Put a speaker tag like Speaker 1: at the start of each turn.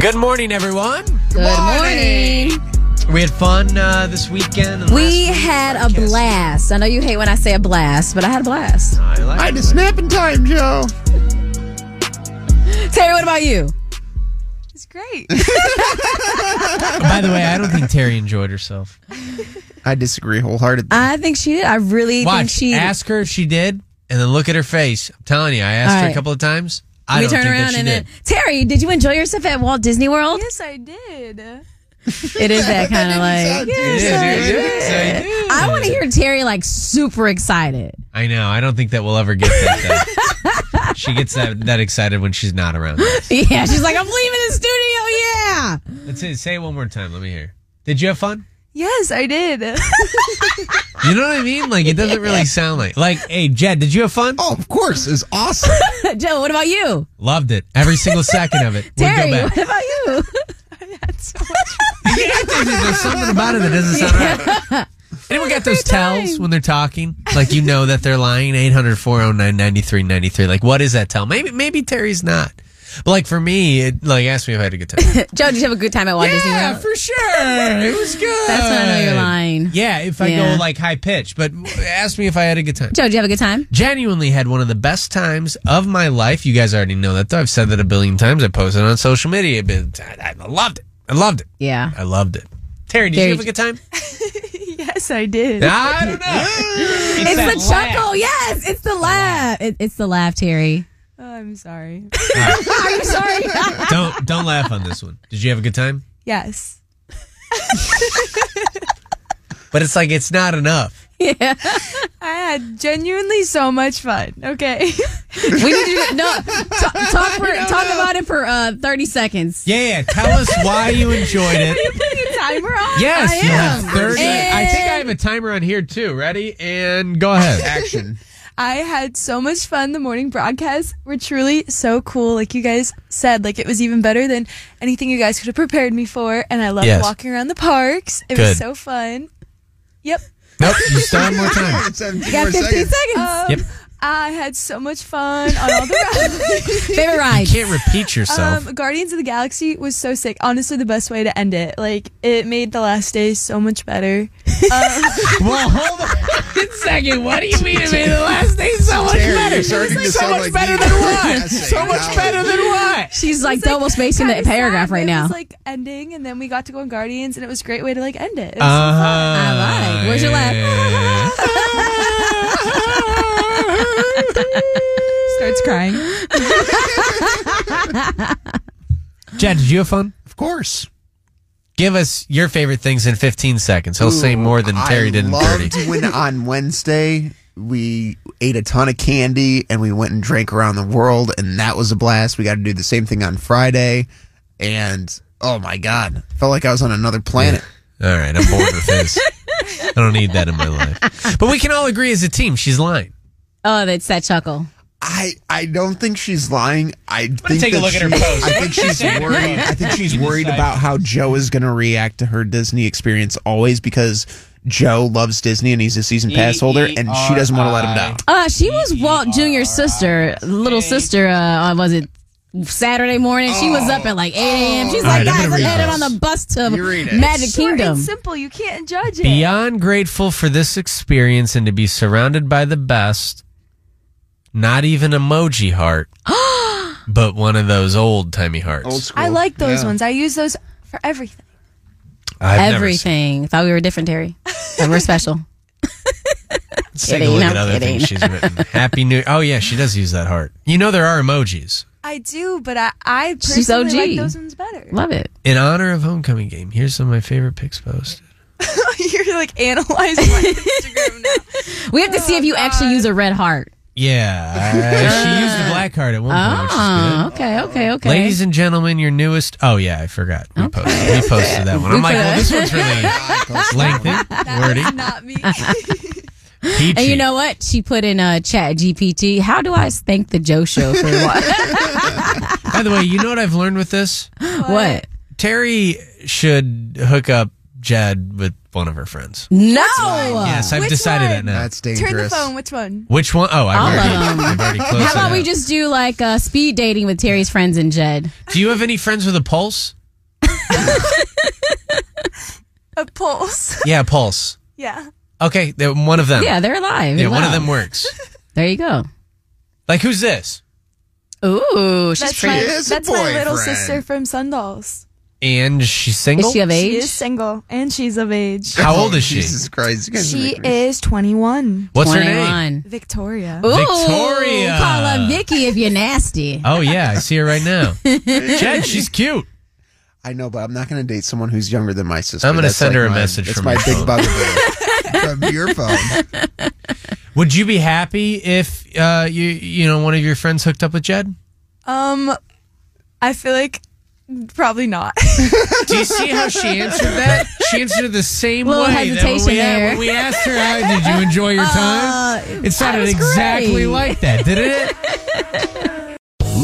Speaker 1: Good morning, everyone.
Speaker 2: Good morning.
Speaker 1: We had fun uh, this weekend. and
Speaker 2: We
Speaker 1: last week.
Speaker 2: had a
Speaker 1: Podcast.
Speaker 2: blast. I know you hate when I say a blast, but I had a blast.
Speaker 1: I like
Speaker 3: I had a
Speaker 1: it.
Speaker 3: snapping time, Joe.
Speaker 2: Terry, what about you?
Speaker 4: It's great.
Speaker 1: By the way, I don't think Terry enjoyed herself.
Speaker 3: I disagree wholeheartedly.
Speaker 2: I think she did. I really think
Speaker 1: Watch.
Speaker 2: she.
Speaker 1: Ask her if she did, and then look at her face. I'm telling you, I asked
Speaker 2: All
Speaker 1: her
Speaker 2: right.
Speaker 1: a couple of times. I
Speaker 2: we
Speaker 1: don't
Speaker 2: turn
Speaker 1: think
Speaker 2: around
Speaker 1: that she
Speaker 2: and
Speaker 1: did.
Speaker 2: then Terry, did you enjoy yourself at Walt Disney World?
Speaker 4: yes, I did.
Speaker 2: It is that kind of like.
Speaker 1: It is, it is, it is.
Speaker 2: I want to hear Terry like super excited.
Speaker 1: I know. I don't think that we'll ever get that. though. she gets that, that excited when she's not around. us.
Speaker 2: Yeah, she's like, I'm leaving the studio. Yeah.
Speaker 1: Let's say, say it one more time. Let me hear. Did you have fun?
Speaker 4: Yes, I did.
Speaker 1: You know what I mean? Like it doesn't really sound like like. Hey, Jed, did you have fun?
Speaker 3: oh, of course, it's awesome.
Speaker 2: Joe, what about you?
Speaker 1: Loved it. Every single second of it. Wouldn't
Speaker 2: Terry,
Speaker 1: go back.
Speaker 2: what about you?
Speaker 4: That's so much
Speaker 1: There's something about it that doesn't sound right. Anyone got those tells when they're talking? Like you know that they're lying. 800-409-9393. Like what is that tell? Maybe maybe Terry's not. But like for me, it like asked me if I had a good time.
Speaker 2: Joe, did you have a good time at Walt Disney World?
Speaker 1: for sure. It was good.
Speaker 2: That's when I know you're lying.
Speaker 1: Yeah, if I
Speaker 2: Yeah.
Speaker 1: go like high pitch, but ask me if I had a good time.
Speaker 2: Joe, did you have a good
Speaker 1: Uh,
Speaker 2: time?
Speaker 1: Genuinely had one of the best times of my life. You guys already know that though. I've said that a billion times. I posted on social media. But I, I loved it. I loved it.
Speaker 2: Yeah.
Speaker 1: I loved it. Terry, did
Speaker 2: Terry,
Speaker 1: you have a good time?
Speaker 4: Yes, I did.
Speaker 1: I don't know.
Speaker 2: It's, the chuckle. Yes, it's the laugh. It, it's the laugh, Terry.
Speaker 4: Oh, I'm sorry.
Speaker 2: I'm sorry.
Speaker 1: Don't don't laugh on this one. Did you have a good time?
Speaker 4: Yes.
Speaker 1: But it's like it's not enough.
Speaker 4: I had genuinely so much fun. Okay.
Speaker 2: we need you to no talk, talk for talk about it for uh, 30 seconds.
Speaker 1: Yeah, yeah. Tell us why you enjoyed it.
Speaker 4: Putting a timer on?
Speaker 1: Yes,
Speaker 2: I
Speaker 1: you have
Speaker 2: am.
Speaker 1: 30. I think I have
Speaker 2: And-
Speaker 1: a timer on here too. Ready? And go ahead.
Speaker 3: Action.
Speaker 4: I had so much fun. The morning broadcasts were truly so cool. Like you guys said, like it was even better than anything you guys could have prepared me for. And I loved
Speaker 1: Yes.
Speaker 4: walking around the parks. It
Speaker 1: Good.
Speaker 4: was so fun. Yep.
Speaker 1: Nope, you still have more time.
Speaker 3: 17
Speaker 2: You got 15
Speaker 3: more seconds.
Speaker 2: seconds.
Speaker 4: Um,
Speaker 1: Yep.
Speaker 4: I had so much fun on all the rides.
Speaker 2: Favorite ride.
Speaker 1: Can't repeat yourself.
Speaker 4: Um, Guardians of the Galaxy was so sick. Honestly, the best way to end it. Like, it made the last day so much better.
Speaker 2: Um,
Speaker 1: well, hold on a second. What do you mean it made the last day so much
Speaker 3: Terry,
Speaker 1: better?
Speaker 3: you're starting to
Speaker 1: so
Speaker 3: sound
Speaker 1: much
Speaker 3: like
Speaker 1: better
Speaker 3: me
Speaker 1: than
Speaker 3: with
Speaker 1: what?
Speaker 3: that
Speaker 1: So
Speaker 3: essay
Speaker 1: much
Speaker 3: now.
Speaker 1: better than what?
Speaker 2: She's like double spacing the
Speaker 4: Kinda sad,
Speaker 2: paragraph
Speaker 4: but
Speaker 2: right
Speaker 4: It
Speaker 2: now.
Speaker 4: was like ending, and then we got to go on Guardians, and it was a great way to like end it. It was
Speaker 3: Uh,
Speaker 1: Uh-huh.
Speaker 2: I like. Where's your laugh?
Speaker 3: Ah.
Speaker 4: starts crying.
Speaker 1: Jed, did you have fun?
Speaker 3: Of course.
Speaker 1: Give us your favorite things in 15 seconds. He'll say more than Terry
Speaker 3: I
Speaker 1: did in 30.
Speaker 3: loved when on Wednesday we ate a ton of candy and we went and drank around the world, and that was a blast. We got to do the same thing on Friday, and oh my god, felt like I was on another planet.
Speaker 1: All right, I'm bored with this. I don't need that in my life. But we can all agree as a team, she's lying.
Speaker 2: Oh, that's that chuckle.
Speaker 3: I I don't think she's lying. I think
Speaker 1: take a
Speaker 3: that
Speaker 1: look at her
Speaker 3: she-
Speaker 1: post.
Speaker 3: I think she's worried. I think she's worried about how Joe is going to react to her Disney experience always because Joe loves Disney and he's a
Speaker 1: E
Speaker 3: season pass holder, and she doesn't want to let him down.
Speaker 2: Uh, she was Walt Jr.'s sister, little sister. Uh, uh, was it Saturday morning? She was up at like 8 a.m. She's
Speaker 1: Oh. All right, I'm
Speaker 2: like, guys,
Speaker 1: gonna
Speaker 2: I'm
Speaker 1: read
Speaker 2: headed
Speaker 1: this.
Speaker 2: on the bus to
Speaker 3: You read it.
Speaker 2: Magic Kingdom.
Speaker 4: It's simple. You can't judge it.
Speaker 1: Beyond grateful for this experience and to be surrounded by the best, not even emoji heart, but one of those old timey hearts.
Speaker 4: I like those ones. I use those for everything.
Speaker 1: I've never seen-
Speaker 2: Everything. Thought we were different, Terry. Thought we were special.
Speaker 1: Let's take a
Speaker 2: Kidding,
Speaker 1: look
Speaker 2: I'm
Speaker 1: at other
Speaker 2: kidding.
Speaker 1: things she's written. Happy New Oh, yeah, she does use that heart. You know, there are emojis.
Speaker 4: I do, but I, I personally
Speaker 2: She's OG.
Speaker 4: like those ones better.
Speaker 2: Love it.
Speaker 1: In honor of homecoming game, here's some of my favorite pics posted.
Speaker 4: You're like analyzing my Instagram now.
Speaker 2: We have to see if you actually use a red heart.
Speaker 1: Yeah, uh, she used the black card at one point. which is good.
Speaker 2: Oh, okay, okay, okay.
Speaker 1: Ladies and gentlemen, your newest. Oh yeah, I forgot. We posted. We posted that one. I'm like, well, this one's really lengthy, wordy,
Speaker 4: Not me.
Speaker 1: peachy.
Speaker 2: and you know what? She put in a uh, chat GPT. How do I thank the Joe Show for what?
Speaker 1: By the way, you know what I've learned with this?
Speaker 2: what?
Speaker 1: Terry should hook up Jed with one of her friends.
Speaker 2: No.
Speaker 1: Yes, I've
Speaker 4: Which
Speaker 1: decided
Speaker 4: one?
Speaker 1: that now.
Speaker 3: That's dangerous.
Speaker 4: Turn the phone. Which one?
Speaker 1: Which one? Oh, I've
Speaker 2: All of
Speaker 1: already,
Speaker 2: them.
Speaker 1: I've already closed
Speaker 2: How about
Speaker 1: it
Speaker 2: we
Speaker 1: out.
Speaker 2: just do like uh, speed dating with Terry's friends and Jed?
Speaker 1: Do you have any friends with a pulse?
Speaker 4: A pulse.
Speaker 1: Yeah, pulse.
Speaker 4: yeah.
Speaker 1: Okay, they're- one of them.
Speaker 2: Yeah, they're alive.
Speaker 1: Yeah,
Speaker 2: Wow.
Speaker 1: one of them works.
Speaker 2: There you go.
Speaker 1: Like, who's this?
Speaker 2: Ooh, she's
Speaker 4: That's
Speaker 2: pretty.
Speaker 3: She
Speaker 4: my,
Speaker 3: is a
Speaker 4: that's my little
Speaker 3: boyfriend.
Speaker 4: sister from Sundolls.
Speaker 1: And she's single.
Speaker 2: Is she of
Speaker 4: She
Speaker 2: age?
Speaker 4: is single and she's of age.
Speaker 1: How old is she?
Speaker 3: Jesus Christ. you guys are
Speaker 4: She
Speaker 3: making me-
Speaker 4: is 21.
Speaker 1: What's her name?
Speaker 2: 21.
Speaker 4: Victoria.
Speaker 2: Ooh,
Speaker 1: Victoria.
Speaker 2: Call up Vicky if you're nasty.
Speaker 1: Oh yeah, I see her right now. Jed, she's cute.
Speaker 3: I know, but I'm not going to date someone who's younger than my sister.
Speaker 1: I'm gonna
Speaker 3: That's
Speaker 1: send her a
Speaker 3: my-
Speaker 1: message
Speaker 3: That's
Speaker 1: from
Speaker 3: my
Speaker 1: your
Speaker 3: big
Speaker 1: phone.
Speaker 3: bugaboo. from your phone.
Speaker 1: Would you be happy if uh, you you know one of your friends hooked up with Jed?
Speaker 4: Um, I feel like probably not.
Speaker 1: Do you see how she answered that? She answered it the same
Speaker 2: Little
Speaker 1: way that when,
Speaker 2: hesitation
Speaker 1: we, a-
Speaker 2: there. Uh,
Speaker 1: when we asked her, "How did you enjoy your time?" it sounded
Speaker 2: was
Speaker 1: exactly
Speaker 2: great.
Speaker 1: like that, didn't it?